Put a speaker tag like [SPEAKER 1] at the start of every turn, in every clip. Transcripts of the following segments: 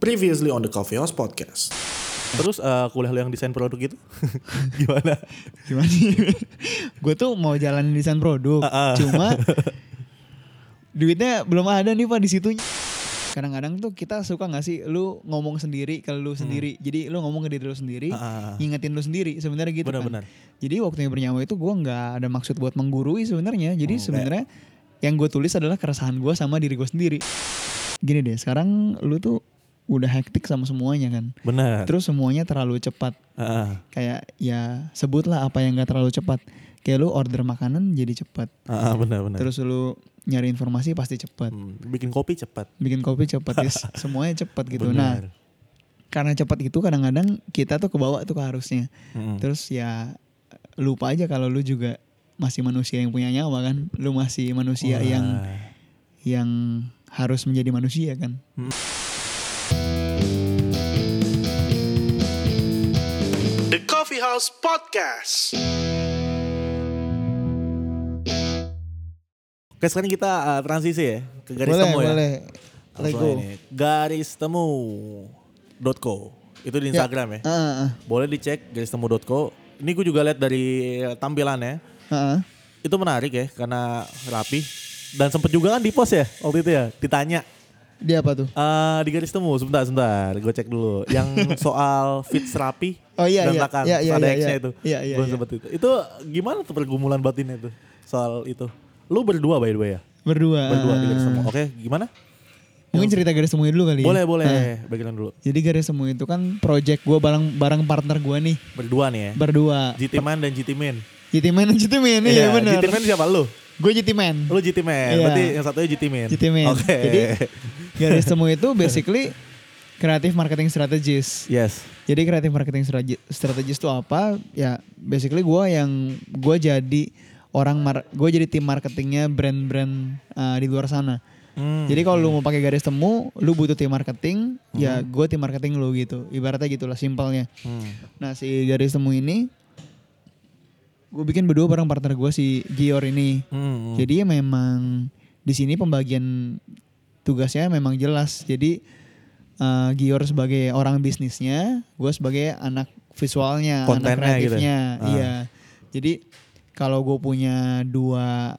[SPEAKER 1] previously on the Coffee House Podcast.
[SPEAKER 2] Terus eh, kuliah lo yang desain produk itu gimana?
[SPEAKER 3] gimana gue tuh mau jalanin desain produk cuma duitnya belum ada nih pak di situ kadang-kadang tuh kita suka nggak sih lu ngomong sendiri ke lu sendiri jadi lu ngomong ke diri lu
[SPEAKER 2] Ah,
[SPEAKER 3] sendiri
[SPEAKER 2] ah, ah.
[SPEAKER 3] ngingetin lu sendiri sebenarnya gitu
[SPEAKER 2] Benar-benar.
[SPEAKER 3] kan jadi waktu yang bernyawa itu gue nggak ada maksud buat menggurui sebenarnya jadi sebenarnya yang gue tulis adalah keresahan gue sama diri gue sendiri gini deh sekarang lu tuh udah hektik sama semuanya kan
[SPEAKER 2] Benar.
[SPEAKER 3] terus semuanya terlalu cepat
[SPEAKER 2] Ah, ah.
[SPEAKER 3] kayak ya sebutlah apa yang gak terlalu cepat kayak lu order makanan jadi cepat
[SPEAKER 2] Ah, ah, benar benar.
[SPEAKER 3] terus lu nyari informasi pasti cepat
[SPEAKER 2] Hmm, bikin kopi cepat.
[SPEAKER 3] bikin kopi cepat ya semuanya cepat gitu nah
[SPEAKER 2] Benar.
[SPEAKER 3] karena cepat itu kadang-kadang kita tuh kebawa tuh keharusnya
[SPEAKER 2] Mm-mm.
[SPEAKER 3] terus ya lupa aja kalau lu juga masih manusia yang punya nyawa kan lu masih
[SPEAKER 2] Wah.
[SPEAKER 3] manusia iya, yang yang harus menjadi manusia kan
[SPEAKER 1] The Coffee House Podcast.
[SPEAKER 2] Oke sekarang kita ah, transisi ya ke garis
[SPEAKER 3] boleh
[SPEAKER 2] temu ya.
[SPEAKER 3] boleh
[SPEAKER 2] Langsung aja nih. Garis temu itu di Instagram ya.
[SPEAKER 3] Heeh, heeh,
[SPEAKER 2] Boleh dicek garis temu Ini gue juga lihat dari tampilannya
[SPEAKER 3] heeh.
[SPEAKER 2] itu menarik ya karena rapi dan sempet juga kan di post ya waktu itu ya ditanya
[SPEAKER 3] dia apa tuh
[SPEAKER 2] eh di garis temu sebentar sebentar gue cek dulu yang soal fit rapi
[SPEAKER 3] Oh, iya,
[SPEAKER 2] dan
[SPEAKER 3] iya,
[SPEAKER 2] Rakan,
[SPEAKER 3] iya, iya,
[SPEAKER 2] ada
[SPEAKER 3] iya,
[SPEAKER 2] X-nya
[SPEAKER 3] iya.
[SPEAKER 2] itu
[SPEAKER 3] Iya, iya,
[SPEAKER 2] Gua
[SPEAKER 3] iya.
[SPEAKER 2] sempet itu itu gimana tuh pergumulan batinnya tuh soal itu lu berdua by the way ya
[SPEAKER 3] berdua
[SPEAKER 2] berdua di garis
[SPEAKER 3] heeh.
[SPEAKER 2] temu oke gimana
[SPEAKER 3] Mungkin cerita garis temu dulu kali. ya?
[SPEAKER 2] boleh boleh
[SPEAKER 3] Nah,
[SPEAKER 2] bagian dulu
[SPEAKER 3] jadi garis temu itu kan project gue bareng bareng partner gue nih
[SPEAKER 2] berdua nih ya
[SPEAKER 3] berdua.
[SPEAKER 2] GT Man dan GT Man
[SPEAKER 3] GT Man, GT Man, iya benar.
[SPEAKER 2] GT Man siapa lu
[SPEAKER 3] Gue GT Man.
[SPEAKER 2] lu GT Man
[SPEAKER 3] Iya.
[SPEAKER 2] berarti yang satunya GT Man
[SPEAKER 3] GT Man.
[SPEAKER 2] oke
[SPEAKER 3] Jadi garis temu itu basically kreatif marketing strategis.
[SPEAKER 2] yes
[SPEAKER 3] Jadi kreatif marketing strate- strategis itu apa? Ya basically gue yang gue jadi orang mar- gue jadi tim marketingnya brand-brand uh, di luar sana.
[SPEAKER 2] Hmm.
[SPEAKER 3] Jadi kalau lu mau pakai garis temu, lu butuh tim marketing, ya gue tim marketing lu gitu. Ibaratnya gitulah simpelnya.
[SPEAKER 2] Hmm.
[SPEAKER 3] Nah si garis temu ini gue bikin berdua bareng partner gue si Gior ini.
[SPEAKER 2] Hmm.
[SPEAKER 3] Jadi memang di sini pembagian tugasnya memang jelas. Jadi eh, Gior sebagai orang bisnisnya, gue sebagai anak visualnya,
[SPEAKER 2] Kontennya
[SPEAKER 3] anak kreatifnya.
[SPEAKER 2] gitu ya? Ah.
[SPEAKER 3] Iya. Jadi kalau gue punya dua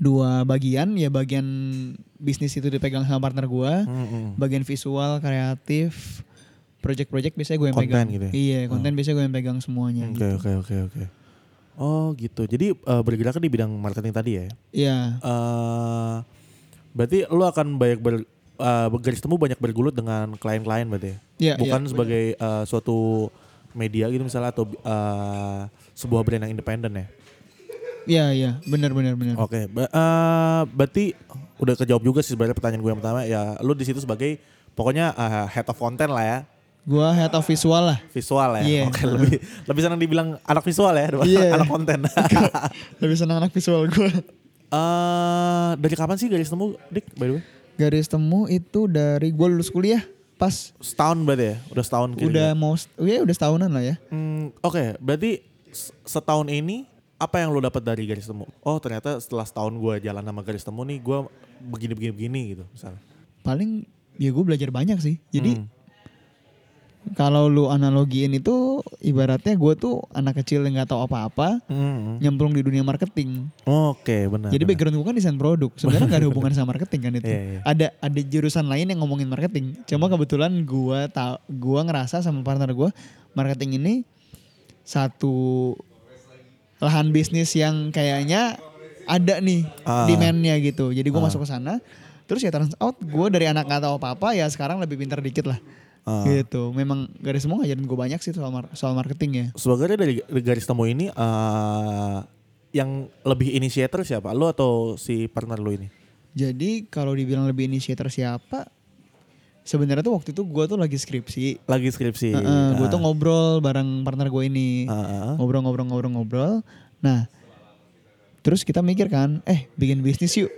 [SPEAKER 3] dua bagian, ya bagian bisnis itu dipegang sama partner gue,
[SPEAKER 2] Hmm, hmm.
[SPEAKER 3] bagian visual, kreatif, project-project biasanya gue yang
[SPEAKER 2] Konten
[SPEAKER 3] pegang.
[SPEAKER 2] gitu ya? Hmm.
[SPEAKER 3] Iya, konten biasanya gue yang pegang semuanya.
[SPEAKER 2] Oke oke oke oke. Oh gitu. Jadi eh, bergerak di bidang marketing tadi ya.
[SPEAKER 3] Iya.
[SPEAKER 2] Eh berarti lo akan banyak ber, eh, garis temu banyak bergulut dengan klien-klien berarti. ya?
[SPEAKER 3] Iya,
[SPEAKER 2] Bukan
[SPEAKER 3] iya.
[SPEAKER 2] sebagai eh, suatu media gitu misalnya atau eh, sebuah brand yang independen ya.
[SPEAKER 3] Iya, iya, benar benar benar.
[SPEAKER 2] Oke. Ba- eh, berarti udah kejawab juga sih sebenarnya pertanyaan gue yang pertama ya. Lo di situ sebagai pokoknya eh, head of content lah ya.
[SPEAKER 3] Gua head of visual lah.
[SPEAKER 2] Visual ya.
[SPEAKER 3] Iya.
[SPEAKER 2] Oke lebih lebih senang dibilang anak visual ya. daripada
[SPEAKER 3] Iya.
[SPEAKER 2] anak konten.
[SPEAKER 3] Lebih senang anak visual gua.
[SPEAKER 2] eh dari kapan sih garis temu, Dik? By the way,
[SPEAKER 3] Garis temu itu dari gua lulus kuliah pas
[SPEAKER 2] setahun berarti ya? Udah setahun
[SPEAKER 3] udah
[SPEAKER 2] kira-kira.
[SPEAKER 3] mau ya udah setahunan lah ya.
[SPEAKER 2] Hmm, Oke, berarti se- setahun ini apa yang lo dapat dari garis temu? Oh ternyata setelah setahun gue jalan sama garis temu nih, gue begini-begini-begini gitu misalnya.
[SPEAKER 3] Paling ya gue belajar banyak sih. Jadi kalau lu analogiin itu ibaratnya gue tuh anak kecil yang nggak tahu apa-apa
[SPEAKER 2] Hmm.
[SPEAKER 3] nyemplung di dunia marketing.
[SPEAKER 2] Oke, benar.
[SPEAKER 3] Jadi
[SPEAKER 2] benar.
[SPEAKER 3] background gue kan desain produk. Sebenarnya nggak ada hubungan sama marketing kan itu.
[SPEAKER 2] Iya, iya. Hmm.
[SPEAKER 3] Ada ada jurusan lain yang ngomongin marketing. Cuma kebetulan gue tau gue ngerasa sama partner gue marketing ini satu lahan bisnis yang kayaknya ada nih
[SPEAKER 2] Ah.
[SPEAKER 3] demand-nya gitu. Jadi gue masuk ke sana. Terus ya turns out gue dari anak nggak tahu apa-apa ya sekarang lebih pintar dikit lah.
[SPEAKER 2] Ah.
[SPEAKER 3] Gitu. Memang garis semua ngajarin gue banyak sih soal mar- soal marketing ya.
[SPEAKER 2] Sebagai dari dari garis temu ini eh yang lebih inisiator siapa? Lo atau si partner lo ini?
[SPEAKER 3] Jadi kalau dibilang lebih inisiator siapa? Sebenarnya tuh waktu itu gue tuh lagi skripsi.
[SPEAKER 2] Lagi skripsi.
[SPEAKER 3] gue tuh ngobrol bareng partner gue ini.
[SPEAKER 2] Ah, ah.
[SPEAKER 3] Ngobrol-ngobrol-ngobrol-ngobrol. Nah, terus kita mikir kan, eh bikin bisnis yuk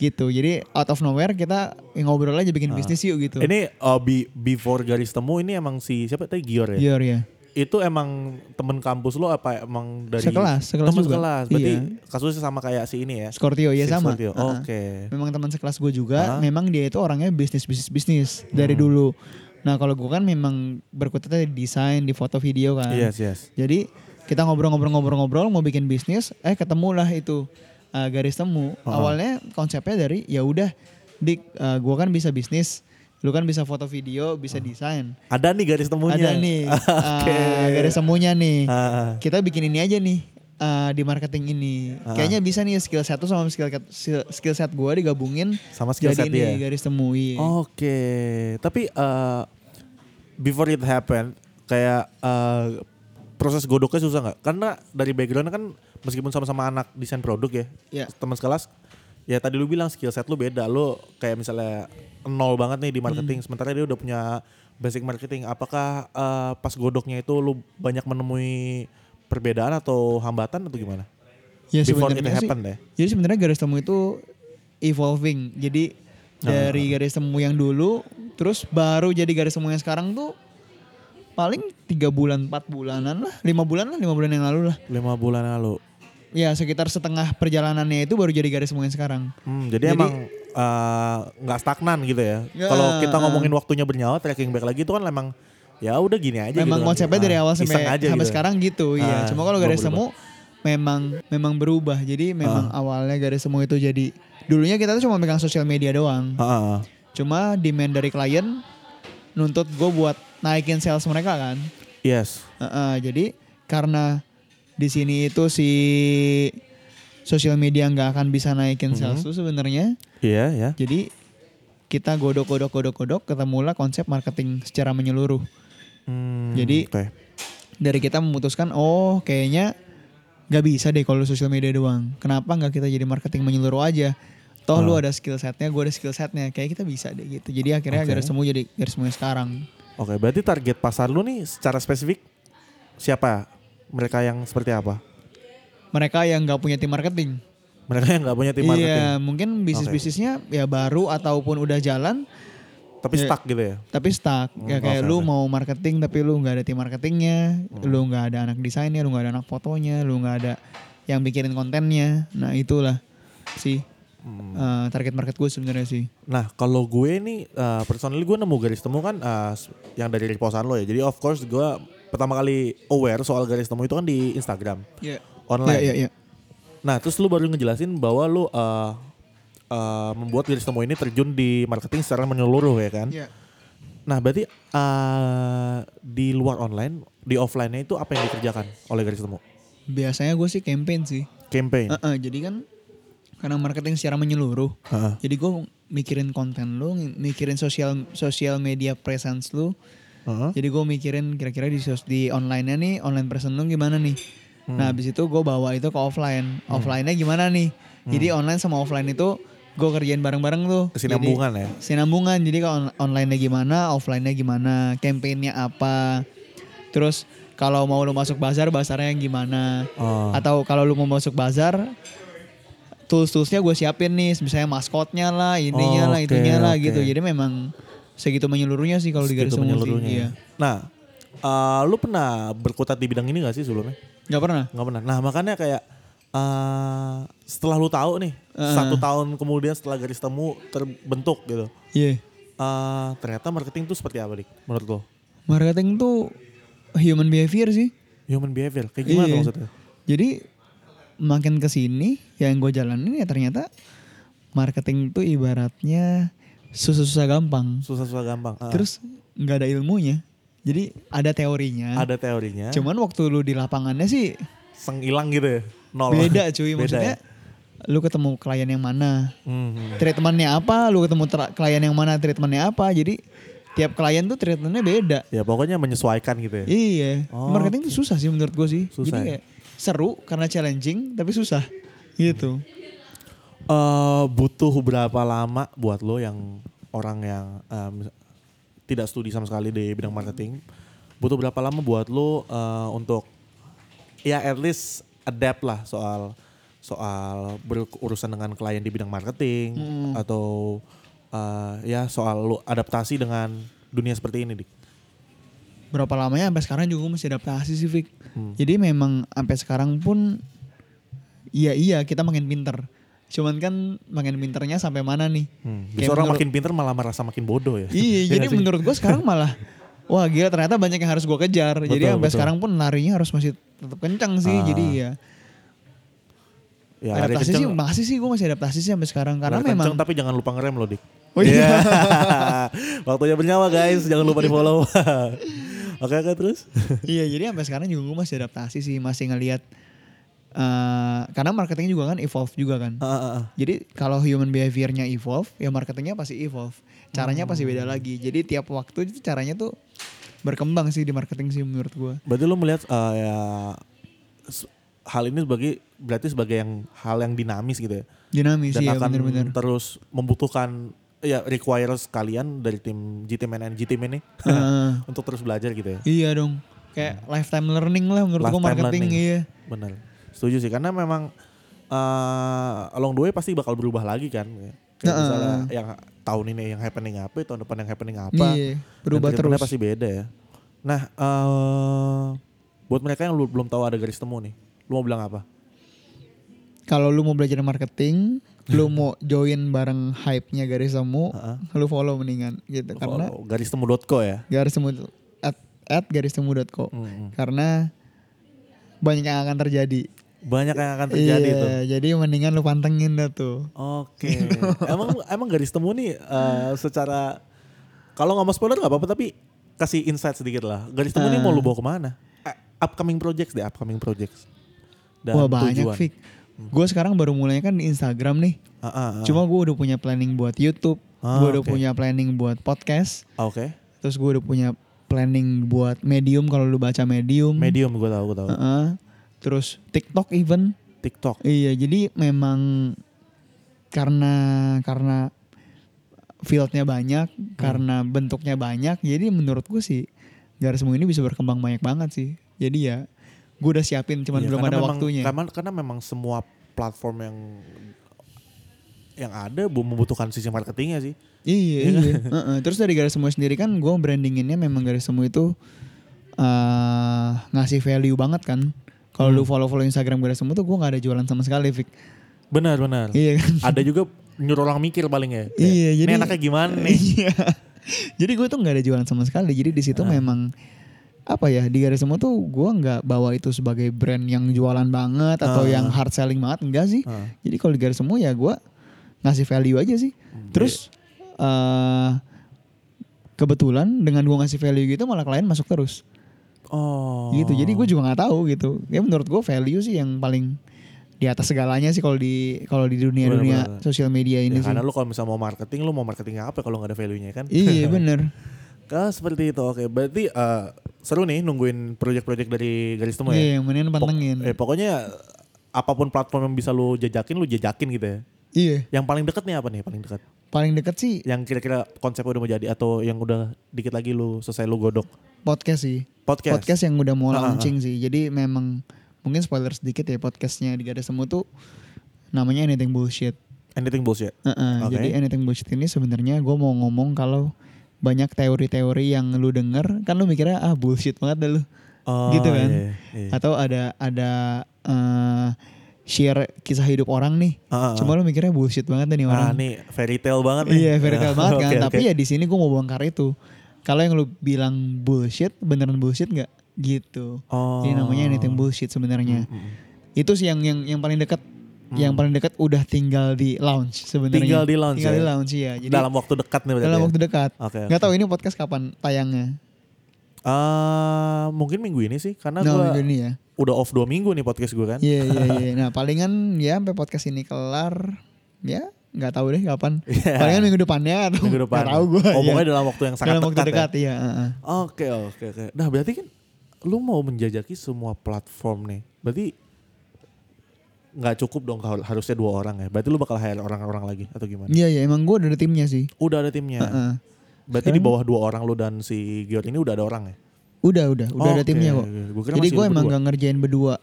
[SPEAKER 3] gitu. Jadi out of nowhere kita ngobrol
[SPEAKER 2] Ah.
[SPEAKER 3] aja bikin bisnis yuk
[SPEAKER 2] oh,
[SPEAKER 3] gitu.
[SPEAKER 2] Ini eh, be- before garis temu ini emang si siapa tadi Gior ya?
[SPEAKER 3] Gior ya.
[SPEAKER 2] itu emang temen kampus lo apa emang dari
[SPEAKER 3] Sekelas, sekelas
[SPEAKER 2] temen
[SPEAKER 3] juga.
[SPEAKER 2] sekelas. Berarti
[SPEAKER 3] Iya.
[SPEAKER 2] kasusnya sama kayak si ini ya.
[SPEAKER 3] Scorpio ya
[SPEAKER 2] Si
[SPEAKER 3] sama.
[SPEAKER 2] Scorpio,
[SPEAKER 3] Ah, ah.
[SPEAKER 2] Oke.
[SPEAKER 3] Memang teman sekelas gue juga,
[SPEAKER 2] Ah. Hmm.
[SPEAKER 3] memang dia itu orangnya bisnis bisnis bisnis dari dulu. Nah kalau gue kan memang berkutat di desain, di foto video kan.
[SPEAKER 2] Yes, yes.
[SPEAKER 3] Jadi kita ngobrol-ngobrol-ngobrol-ngobrol mau bikin bisnis, eh ketemulah itu eh, garis temu. Awalnya konsepnya dari ya udah, dik, eh, gua kan bisa bisnis, lu kan bisa foto video, bisa desain.
[SPEAKER 2] Ada nih garis temunya.
[SPEAKER 3] Ada nih
[SPEAKER 2] Oke.
[SPEAKER 3] eh, garis temunya nih.
[SPEAKER 2] Ah.
[SPEAKER 3] Kita bikin ini aja nih eh, di marketing ini.
[SPEAKER 2] Ah.
[SPEAKER 3] Kayaknya bisa nih skill set lu sama skill set skill set gua digabungin
[SPEAKER 2] Sama skill set
[SPEAKER 3] jadi nih
[SPEAKER 2] dia. Oh.
[SPEAKER 3] garis temu. iya.
[SPEAKER 2] Oke, tapi eh, before it happened, kayak eh, proses godoknya susah nggak? Karena dari background kan meskipun sama-sama anak desain produk ya,
[SPEAKER 3] Iya.
[SPEAKER 2] teman sekelas, ya tadi lu bilang skill set lu beda, lu kayak misalnya nol banget nih di marketing,
[SPEAKER 3] Hmm.
[SPEAKER 2] sementara dia udah punya basic marketing. Apakah eh, pas godoknya itu lu banyak menemui perbedaan atau hambatan atau gimana?
[SPEAKER 3] Ya
[SPEAKER 2] Before
[SPEAKER 3] sebenarnya
[SPEAKER 2] it
[SPEAKER 3] sih-
[SPEAKER 2] happened ya?
[SPEAKER 3] Jadi sebenarnya garis temu itu evolving. Jadi
[SPEAKER 2] Ah.
[SPEAKER 3] dari garis temu yang dulu terus baru jadi garis temu yang sekarang tuh paling tiga bulan, empat bulanan lah, lima bulan lah, lima bulan yang lalu lah.
[SPEAKER 2] Lima bulan lalu.
[SPEAKER 3] Ya sekitar setengah perjalanannya itu baru jadi garis temu yang sekarang.
[SPEAKER 2] Hmm, jadi,
[SPEAKER 3] Jadi-
[SPEAKER 2] emang eh, nggak stagnan gitu ya.
[SPEAKER 3] Ya,
[SPEAKER 2] Kalau kita ngomongin waktunya bernyawa, tracking back lagi itu kan emang ya udah gini aja. gitu
[SPEAKER 3] memang
[SPEAKER 2] kan.
[SPEAKER 3] konsepnya dari
[SPEAKER 2] Ah,
[SPEAKER 3] awal
[SPEAKER 2] iseng
[SPEAKER 3] sampai
[SPEAKER 2] aja
[SPEAKER 3] sampai
[SPEAKER 2] gitu.
[SPEAKER 3] sekarang gitu
[SPEAKER 2] Ah,
[SPEAKER 3] iya cuma kalau garis
[SPEAKER 2] berubah.
[SPEAKER 3] temu memang memang berubah jadi memang
[SPEAKER 2] Ah.
[SPEAKER 3] awalnya garis temu itu jadi dulunya kita tuh cuma megang sosial media doang
[SPEAKER 2] Ah, ah, ah.
[SPEAKER 3] cuma demand dari klien nuntut gue buat naikin sales mereka kan
[SPEAKER 2] Yes.
[SPEAKER 3] Heeh, jadi karena di sini itu si sosial media nggak akan bisa naikin sales tuh sebenarnya
[SPEAKER 2] Iya ya.
[SPEAKER 3] jadi kita godok godok godok godok ketemulah konsep marketing secara menyeluruh
[SPEAKER 2] Hmm,
[SPEAKER 3] Jadi-
[SPEAKER 2] oke.
[SPEAKER 3] dari kita memutuskan oh kayaknya nggak bisa deh kalau sosial media doang kenapa nggak kita jadi marketing menyeluruh aja toh lu ada skill setnya gue ada skill setnya kayak kita bisa deh gitu jadi akhirnya garis temu jadi garis temu yang sekarang
[SPEAKER 2] Oke, berarti target pasar lu nih secara spesifik siapa? Mereka yang seperti apa?
[SPEAKER 3] mereka yang nggak punya tim marketing
[SPEAKER 2] Mereka yang nggak punya tim marketing,
[SPEAKER 3] iya mungkin bisnis bisnisnya ya baru ataupun udah jalan
[SPEAKER 2] tapi
[SPEAKER 3] Iya.
[SPEAKER 2] stuck gitu ya.
[SPEAKER 3] tapi stuck ya kayak
[SPEAKER 2] Hmm, oke,
[SPEAKER 3] lu
[SPEAKER 2] oke. Hmm.
[SPEAKER 3] mau marketing tapi lu nggak ada tim marketingnya lu nggak ada anak desainnya lu nggak ada anak fotonya lu nggak ada yang bikinin kontennya nah itulah sih
[SPEAKER 2] Hmm.
[SPEAKER 3] eh, target market gue sebenarnya sih
[SPEAKER 2] Nah, kalau gue nih eh personally gue nemu garis temu kan eh, s- yang dari reposan lo ya. Jadi of course gue pertama kali aware soal garis temu itu kan di Instagram
[SPEAKER 3] Iya.
[SPEAKER 2] online.
[SPEAKER 3] Iya, iya, iya.
[SPEAKER 2] Nah, terus lu baru ngejelasin bahwa lu eh, eh, membuat garis temu ini terjun di marketing secara menyeluruh ya kan?
[SPEAKER 3] Iya.
[SPEAKER 2] Nah, berarti eh, di luar online, di offline-nya itu apa yang dikerjakan oleh garis temu?
[SPEAKER 3] Biasanya gue sih campaign sih.
[SPEAKER 2] Campaign.
[SPEAKER 3] Heeh, jadi kan karena marketing secara menyeluruh.
[SPEAKER 2] Heeh.
[SPEAKER 3] Jadi gue mikirin konten lu, mikirin sosial sosial media presence lu.
[SPEAKER 2] Heeh.
[SPEAKER 3] Jadi gue mikirin kira-kira di sos, di online-nya nih, online presence lu gimana nih.
[SPEAKER 2] Hmm.
[SPEAKER 3] Nah, habis itu gue bawa itu ke offline. Offline-nya gimana nih? Jadi
[SPEAKER 2] Hmm.
[SPEAKER 3] online sama offline itu gue kerjain bareng-bareng tuh.
[SPEAKER 2] Kesinambungan
[SPEAKER 3] Jadi-
[SPEAKER 2] ya?
[SPEAKER 3] Kesinambungan. Jadi kalau on- online-nya gimana, offline-nya gimana, campaign-nya apa. Terus kalau mau lu masuk bazar, bazarnya yang gimana.
[SPEAKER 2] Oh.
[SPEAKER 3] Atau kalau lu mau masuk bazar, tools-toolsnya gue siapin nih. Misalnya maskotnya lah, ininya
[SPEAKER 2] Oh,
[SPEAKER 3] lah,
[SPEAKER 2] oke,
[SPEAKER 3] itunya lah
[SPEAKER 2] oke.
[SPEAKER 3] gitu. Jadi memang segitu menyeluruhnya sih kalau di garis
[SPEAKER 2] Segitu
[SPEAKER 3] temu sih,
[SPEAKER 2] menyeluruhnya.
[SPEAKER 3] Iya.
[SPEAKER 2] Nah, eh, lu pernah berkutat di bidang ini gak sih sebelumnya?
[SPEAKER 3] Gak pernah?
[SPEAKER 2] nggak pernah nah makanya kayak eh setelah lu tahu nih satu tahun kemudian setelah garis temu terbentuk gitu
[SPEAKER 3] Iya.
[SPEAKER 2] Eh ternyata marketing tuh seperti apa dik menurut lo
[SPEAKER 3] Marketing tuh human behavior sih.
[SPEAKER 2] human behavior kayak gimana
[SPEAKER 3] Iya.
[SPEAKER 2] tuh maksudnya
[SPEAKER 3] Jadi makin ke sini yang gue jalanin ya ternyata marketing tuh ibaratnya susah-susah gampang.
[SPEAKER 2] susah susah gampang Ah,
[SPEAKER 3] Terus nggak ada ilmunya. Jadi ada teorinya.
[SPEAKER 2] ada teorinya
[SPEAKER 3] Cuman waktu lu di lapangannya sih
[SPEAKER 2] seng hilang gitu ya nol
[SPEAKER 3] beda cuy
[SPEAKER 2] Beda ya?
[SPEAKER 3] maksudnya. Lu ketemu klien yang mana?
[SPEAKER 2] Mhm.
[SPEAKER 3] Treatmentnya apa? Lu ketemu tra- klien yang mana? Treatmentnya apa? Jadi tiap klien tuh treatmentnya beda.
[SPEAKER 2] ya pokoknya menyesuaikan gitu ya
[SPEAKER 3] Iya,
[SPEAKER 2] Oh,
[SPEAKER 3] marketing tuh susah sih menurut gue sih.
[SPEAKER 2] Susah
[SPEAKER 3] Jadi
[SPEAKER 2] ya?
[SPEAKER 3] kayak seru karena challenging tapi susah gitu.
[SPEAKER 2] Eh, butuh berapa lama buat lo yang orang yang em, tidak studi sama sekali di bidang marketing butuh berapa lama buat lo eh, untuk ya at least adapt lah soal soal berurusan dengan klien di bidang marketing
[SPEAKER 3] Hmm.
[SPEAKER 2] atau eh, ya soal lo adaptasi dengan dunia seperti ini dik
[SPEAKER 3] berapa lamanya sampai sekarang juga gue masih adaptasi sih Vic.
[SPEAKER 2] Hmm.
[SPEAKER 3] Jadi memang sampai sekarang pun iya iya kita makin pinter. Cuman kan makin pinternya sampai mana nih?
[SPEAKER 2] Hmm.
[SPEAKER 3] Kayak
[SPEAKER 2] Bisa orang
[SPEAKER 3] menurut-
[SPEAKER 2] makin pinter malah merasa makin bodoh ya.
[SPEAKER 3] Iya,
[SPEAKER 2] Ya
[SPEAKER 3] jadi
[SPEAKER 2] nggak sih?
[SPEAKER 3] menurut gue sekarang malah wah gila ternyata banyak yang harus gue kejar. jadi
[SPEAKER 2] Betul,
[SPEAKER 3] sampai
[SPEAKER 2] betul.
[SPEAKER 3] sekarang pun larinya harus masih tetap kencang sih.
[SPEAKER 2] Ah.
[SPEAKER 3] Jadi ya,
[SPEAKER 2] ya, lari
[SPEAKER 3] adaptasi sih
[SPEAKER 2] kenceng,
[SPEAKER 3] masih sih gue masih adaptasi sih sampai sekarang karena
[SPEAKER 2] lari kenceng,
[SPEAKER 3] memang
[SPEAKER 2] tapi jangan lupa ngerem loh, Dik.
[SPEAKER 3] Oh iya.
[SPEAKER 2] Iya. Waktunya bernyawa guys, jangan lupa di-follow. Oke, oke terus.
[SPEAKER 3] iya jadi sampai sekarang juga gue masih adaptasi sih masih ngelihat eh, karena marketing juga kan evolve juga kan.
[SPEAKER 2] Ah, ah, ah.
[SPEAKER 3] Jadi kalau human behaviornya evolve, ya marketingnya pasti evolve. Caranya pasti beda
[SPEAKER 2] Hmm.
[SPEAKER 3] lagi. Jadi tiap waktu itu caranya tuh berkembang sih di marketing sih menurut gue.
[SPEAKER 2] Berarti lo melihat eh, ya, s- hal ini sebagai berarti sebagai yang hal yang dinamis gitu ya.
[SPEAKER 3] Dinamis
[SPEAKER 2] Dan
[SPEAKER 3] sih ya
[SPEAKER 2] akan
[SPEAKER 3] bener-bener.
[SPEAKER 2] terus membutuhkan ya requires kalian dari tim GTM and GTM ini
[SPEAKER 3] Heeh.
[SPEAKER 2] untuk terus belajar gitu ya.
[SPEAKER 3] Iya dong. Kayak lifetime learning lah menurut gua
[SPEAKER 2] Lifetime
[SPEAKER 3] marketing
[SPEAKER 2] learning.
[SPEAKER 3] iya.
[SPEAKER 2] Bener. Setuju sih karena memang eh along the way pasti bakal berubah lagi kan. Kayak
[SPEAKER 3] Nah,
[SPEAKER 2] misalnya yang tahun ini yang happening apa, tahun depan yang happening apa.
[SPEAKER 3] Iya,
[SPEAKER 2] Dan
[SPEAKER 3] berubah
[SPEAKER 2] treatmentnya
[SPEAKER 3] terus.
[SPEAKER 2] pasti beda ya. Nah, eh buat mereka yang lu belum tahu ada garis temu nih, lu mau bilang apa?
[SPEAKER 3] Kalau lu mau belajar marketing, lu
[SPEAKER 2] Hmm.
[SPEAKER 3] mau join bareng hype-nya garis temu, lu follow mendingan gitu karena
[SPEAKER 2] Follow garis temu.co ya. Hmm,
[SPEAKER 3] garis temu itu- at, at garis temu.co. Karena banyak yang akan terjadi.
[SPEAKER 2] Banyak yang akan terjadi
[SPEAKER 3] iya,
[SPEAKER 2] tuh.
[SPEAKER 3] jadi mendingan lu pantengin dah tuh.
[SPEAKER 2] Oke. emang emang garis temu nih eh, secara kalau nggak mau spoiler nggak apa-apa tapi kasih insight sedikit lah. Garis temu ini mau lu bawa kemana? Eh, upcoming projects deh, upcoming projects. Dan
[SPEAKER 3] Wah, banyak
[SPEAKER 2] tujuan.
[SPEAKER 3] Fik. Gue sekarang baru mulainya kan di Instagram nih.
[SPEAKER 2] Ah, ah, ah.
[SPEAKER 3] Cuma gue udah punya planning buat YouTube,
[SPEAKER 2] Ah,
[SPEAKER 3] gue udah
[SPEAKER 2] oke.
[SPEAKER 3] punya planning buat podcast.
[SPEAKER 2] Oke.
[SPEAKER 3] Terus gue udah punya planning buat medium kalau lu baca medium.
[SPEAKER 2] Medium gue tahu, gue tahu.
[SPEAKER 3] Heeh. Terus TikTok even.
[SPEAKER 2] TikTok.
[SPEAKER 3] Iya, jadi memang karena karena fieldnya banyak,
[SPEAKER 2] Hmm.
[SPEAKER 3] karena bentuknya banyak, jadi menurut gue sih garis semua ini bisa berkembang banyak banget sih. Jadi ya gue udah siapin cuman
[SPEAKER 2] Iya,
[SPEAKER 3] belum
[SPEAKER 2] karena
[SPEAKER 3] ada
[SPEAKER 2] memang-
[SPEAKER 3] waktunya.
[SPEAKER 2] Karena, karena memang semua platform yang yang ada bu- membutuhkan sisi marketingnya sih.
[SPEAKER 3] Iya, iya. Heeh. Terus dari garis semua sendiri kan gue brandinginnya memang garis semua itu eh ngasih value banget kan. Kalau lu
[SPEAKER 2] Hmm.
[SPEAKER 3] follow-follow Instagram garis semua tuh gue nggak ada jualan sama sekali, Vic.
[SPEAKER 2] Benar, benar.
[SPEAKER 3] Iya kan?
[SPEAKER 2] ada juga nyuruh orang mikir paling ya. Kayak,
[SPEAKER 3] Iya, jadi
[SPEAKER 2] Ini anaknya gimana nih?
[SPEAKER 3] Iya. jadi gue tuh nggak ada jualan sama sekali. Jadi di
[SPEAKER 2] Ah.
[SPEAKER 3] situ memang apa ya di garis semua tuh gue nggak bawa itu sebagai brand yang jualan banget atau yang hard selling banget enggak sih.
[SPEAKER 2] Ah.
[SPEAKER 3] Jadi kalau di garis semua ya gue ngasih value aja sih.
[SPEAKER 2] Hmm.
[SPEAKER 3] Terus
[SPEAKER 2] Iya.
[SPEAKER 3] eh kebetulan dengan gue ngasih value gitu malah klien masuk terus
[SPEAKER 2] Oh.
[SPEAKER 3] gitu. Jadi gue juga nggak tahu gitu. Ya menurut gue value sih yang paling di atas segalanya sih kalau di kalau di dunia dunia
[SPEAKER 2] Benar-benar.
[SPEAKER 3] sosial media
[SPEAKER 2] Ya,
[SPEAKER 3] ini sih.
[SPEAKER 2] karena lu kalau misalnya mau marketing, lu mau marketingnya apa kalau nggak ada value-nya kan?
[SPEAKER 3] Iya bener.
[SPEAKER 2] Kalau seperti itu, oke. Berarti eh, seru nih nungguin project-project dari garis temu ya.
[SPEAKER 3] Iya, yang mendingan
[SPEAKER 2] Pok-
[SPEAKER 3] pantengin.
[SPEAKER 2] eh, pokoknya apapun platform yang bisa lu jajakin, lu jajakin gitu ya.
[SPEAKER 3] Iya,
[SPEAKER 2] Yang paling deket nih apa nih paling dekat?
[SPEAKER 3] paling deket sih
[SPEAKER 2] Yang kira-kira konsepnya udah mau jadi atau yang udah dikit lagi lu selesai lu godok?
[SPEAKER 3] podcast sih.
[SPEAKER 2] Podcast.
[SPEAKER 3] Podcast yang udah mau
[SPEAKER 2] Ah, ah, ah.
[SPEAKER 3] launching sih. Jadi memang mungkin spoiler sedikit ya podcastnya di Garis Temu tuh namanya Anything Bullshit.
[SPEAKER 2] Anything bullshit.
[SPEAKER 3] Heeh,
[SPEAKER 2] Oke.
[SPEAKER 3] Jadi Anything Bullshit ini sebenarnya gue mau ngomong kalau banyak teori-teori yang lu denger kan lu mikirnya ah bullshit banget dah lu.
[SPEAKER 2] Oh,
[SPEAKER 3] gitu kan.
[SPEAKER 2] iya, iya.
[SPEAKER 3] Atau ada ada eh, share kisah hidup orang nih.
[SPEAKER 2] Ah, ah,
[SPEAKER 3] Cuma lu mikirnya bullshit banget dah nih orang.
[SPEAKER 2] Ah, nih fairy tale banget nih.
[SPEAKER 3] Iya, vertikal
[SPEAKER 2] Ah,
[SPEAKER 3] banget kan.
[SPEAKER 2] oke,
[SPEAKER 3] Tapi
[SPEAKER 2] oke.
[SPEAKER 3] ya di sini gue mau bongkar itu. Kalau yang lu bilang bullshit, beneran bullshit nggak? Gitu.
[SPEAKER 2] Oh. Hmm,
[SPEAKER 3] Jadi namanya anything bullshit sebenarnya. Itu sih yang yang yang paling dekat, yang paling dekat udah tinggal di lounge sebenarnya.
[SPEAKER 2] Tinggal di launch
[SPEAKER 3] Tinggal
[SPEAKER 2] ya?
[SPEAKER 3] di lounge ya. Jadi dalam,
[SPEAKER 2] dalam waktu dekat nih berarti. ya?
[SPEAKER 3] waktu dekat.
[SPEAKER 2] Oke,
[SPEAKER 3] Nggak tahu ini podcast kapan tayangnya.
[SPEAKER 2] Eh, mungkin minggu ini sih karena
[SPEAKER 3] Nah,
[SPEAKER 2] gua
[SPEAKER 3] minggu ini ya.
[SPEAKER 2] udah off dua minggu nih podcast gue kan.
[SPEAKER 3] Iya iya iya. Nah palingan ya sampai podcast ini kelar ya nggak tahu deh kapan.
[SPEAKER 2] Iya.
[SPEAKER 3] Palingan minggu depannya atau
[SPEAKER 2] Minggu depan.
[SPEAKER 3] nggak tahu gue.
[SPEAKER 2] Oh, pokoknya dalam waktu yang sangat
[SPEAKER 3] dalam waktu
[SPEAKER 2] dekat ya?
[SPEAKER 3] dekat iya. heeh.
[SPEAKER 2] Oke oke oke. Nah berarti kan lu mau menjajaki semua platform nih. Berarti nggak cukup dong kalau harusnya dua orang ya. Berarti lu bakal hire orang-orang lagi atau gimana?
[SPEAKER 3] Iya iya emang gue udah ada timnya sih.
[SPEAKER 2] Udah ada timnya.
[SPEAKER 3] Heeh.
[SPEAKER 2] Berarti di bawah dua orang lu dan si Gior ini udah ada orang ya?
[SPEAKER 3] Udah udah udah ada
[SPEAKER 2] Oh, Oke,
[SPEAKER 3] timnya kok.
[SPEAKER 2] oke. Gua kira
[SPEAKER 3] Jadi
[SPEAKER 2] masih
[SPEAKER 3] gue
[SPEAKER 2] lu
[SPEAKER 3] emang
[SPEAKER 2] berdua.
[SPEAKER 3] gak ngerjain berdua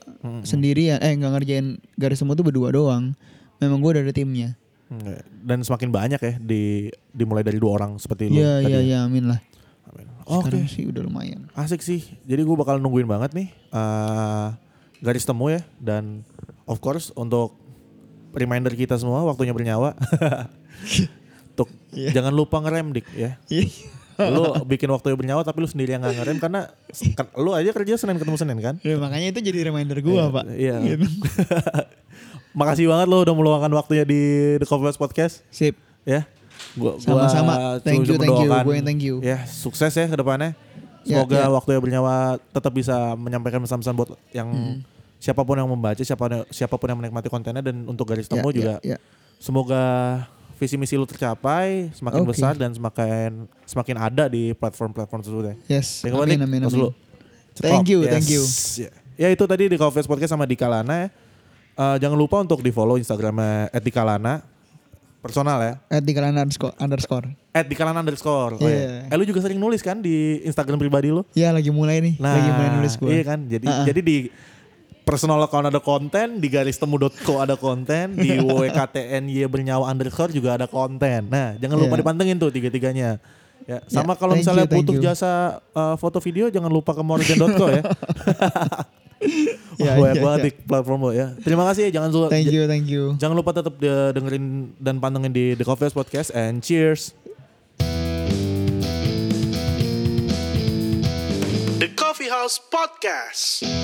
[SPEAKER 3] sendirian. Eh gak ngerjain garis semua tuh berdua doang. Memang gue udah ada timnya.
[SPEAKER 2] Hmm, Dan semakin banyak ya di dimulai dari dua orang seperti lu tadi.
[SPEAKER 3] Iya iya iya amin lah.
[SPEAKER 2] Amin. Oke.
[SPEAKER 3] Sekarang sih udah lumayan.
[SPEAKER 2] Asik sih. Jadi gue bakal nungguin banget nih eh, garis temu ya dan of course untuk reminder kita semua waktunya bernyawa. Untuk
[SPEAKER 3] Iya.
[SPEAKER 2] jangan lupa ngerem dik ya. Lu bikin waktunya bernyawa tapi lu sendiri yang gak ngerem karena kan- lu aja kerja Senin ketemu Senin kan?
[SPEAKER 3] ya, makanya itu jadi reminder gua, Pak.
[SPEAKER 2] Iya.
[SPEAKER 3] Gitu.
[SPEAKER 2] Makasih banget lo udah meluangkan waktunya di The Coffee House Podcast
[SPEAKER 3] Sip.
[SPEAKER 2] ya. Gua,
[SPEAKER 3] Sama-sama. Thank you,
[SPEAKER 2] cuma
[SPEAKER 3] thank you.
[SPEAKER 2] mendoakan,
[SPEAKER 3] Gua yang thank you.
[SPEAKER 2] Ya, sukses ya ke depannya.
[SPEAKER 3] Ya,
[SPEAKER 2] Semoga
[SPEAKER 3] ya.
[SPEAKER 2] waktunya bernyawa tetap bisa menyampaikan pesan-pesan buat yang
[SPEAKER 3] Hmm.
[SPEAKER 2] siapapun yang membaca, siapa siapapun yang menikmati kontennya dan untuk garis
[SPEAKER 3] Ya,
[SPEAKER 2] temu
[SPEAKER 3] ya,
[SPEAKER 2] juga.
[SPEAKER 3] ya.
[SPEAKER 2] Semoga visi misi lu tercapai, semakin
[SPEAKER 3] Oke.
[SPEAKER 2] besar dan semakin semakin ada di platform-platform tersebut ya.
[SPEAKER 3] Yes.
[SPEAKER 2] Thank you,
[SPEAKER 3] Amin,
[SPEAKER 2] Dik.
[SPEAKER 3] amin,
[SPEAKER 2] Terus
[SPEAKER 3] amin.
[SPEAKER 2] lu.
[SPEAKER 3] Thank
[SPEAKER 2] Stop.
[SPEAKER 3] you, thank you.
[SPEAKER 2] Ya. Ya, itu tadi di Coffee House Podcast sama Dika Lana ya. Eh, jangan lupa untuk di follow Instagramnya @dikalana personal ya.
[SPEAKER 3] At di kalangan underscore. underscore.
[SPEAKER 2] At dikalana underscore. Oh, iya.
[SPEAKER 3] Iya.
[SPEAKER 2] Eh lu juga sering nulis kan di Instagram pribadi lu?
[SPEAKER 3] Ya lagi mulai nih.
[SPEAKER 2] Nah,
[SPEAKER 3] lagi mulai nulis gua.
[SPEAKER 2] iya kan. Jadi
[SPEAKER 3] Ah, ah.
[SPEAKER 2] jadi di personal account ada konten, di garis temu.co ada konten, di WKTNY bernyawa underscore juga ada konten. Nah, jangan lupa
[SPEAKER 3] Iya.
[SPEAKER 2] dipantengin tuh tiga-tiganya. Ya, sama
[SPEAKER 3] Ya,
[SPEAKER 2] kalau
[SPEAKER 3] thank
[SPEAKER 2] misalnya
[SPEAKER 3] you, thank
[SPEAKER 2] butuh
[SPEAKER 3] you.
[SPEAKER 2] jasa eh, foto video jangan lupa ke morgan.co ya. Wah,
[SPEAKER 3] Ya,
[SPEAKER 2] banyak
[SPEAKER 3] ya,
[SPEAKER 2] banget
[SPEAKER 3] ya.
[SPEAKER 2] di platform lo ya. Terima kasih ya, jangan lupa
[SPEAKER 3] Thank you, thank you.
[SPEAKER 2] jangan lupa tetap eh, dengerin dan pantengin di The Coffee House Podcast and cheers.
[SPEAKER 1] The Coffee House Podcast.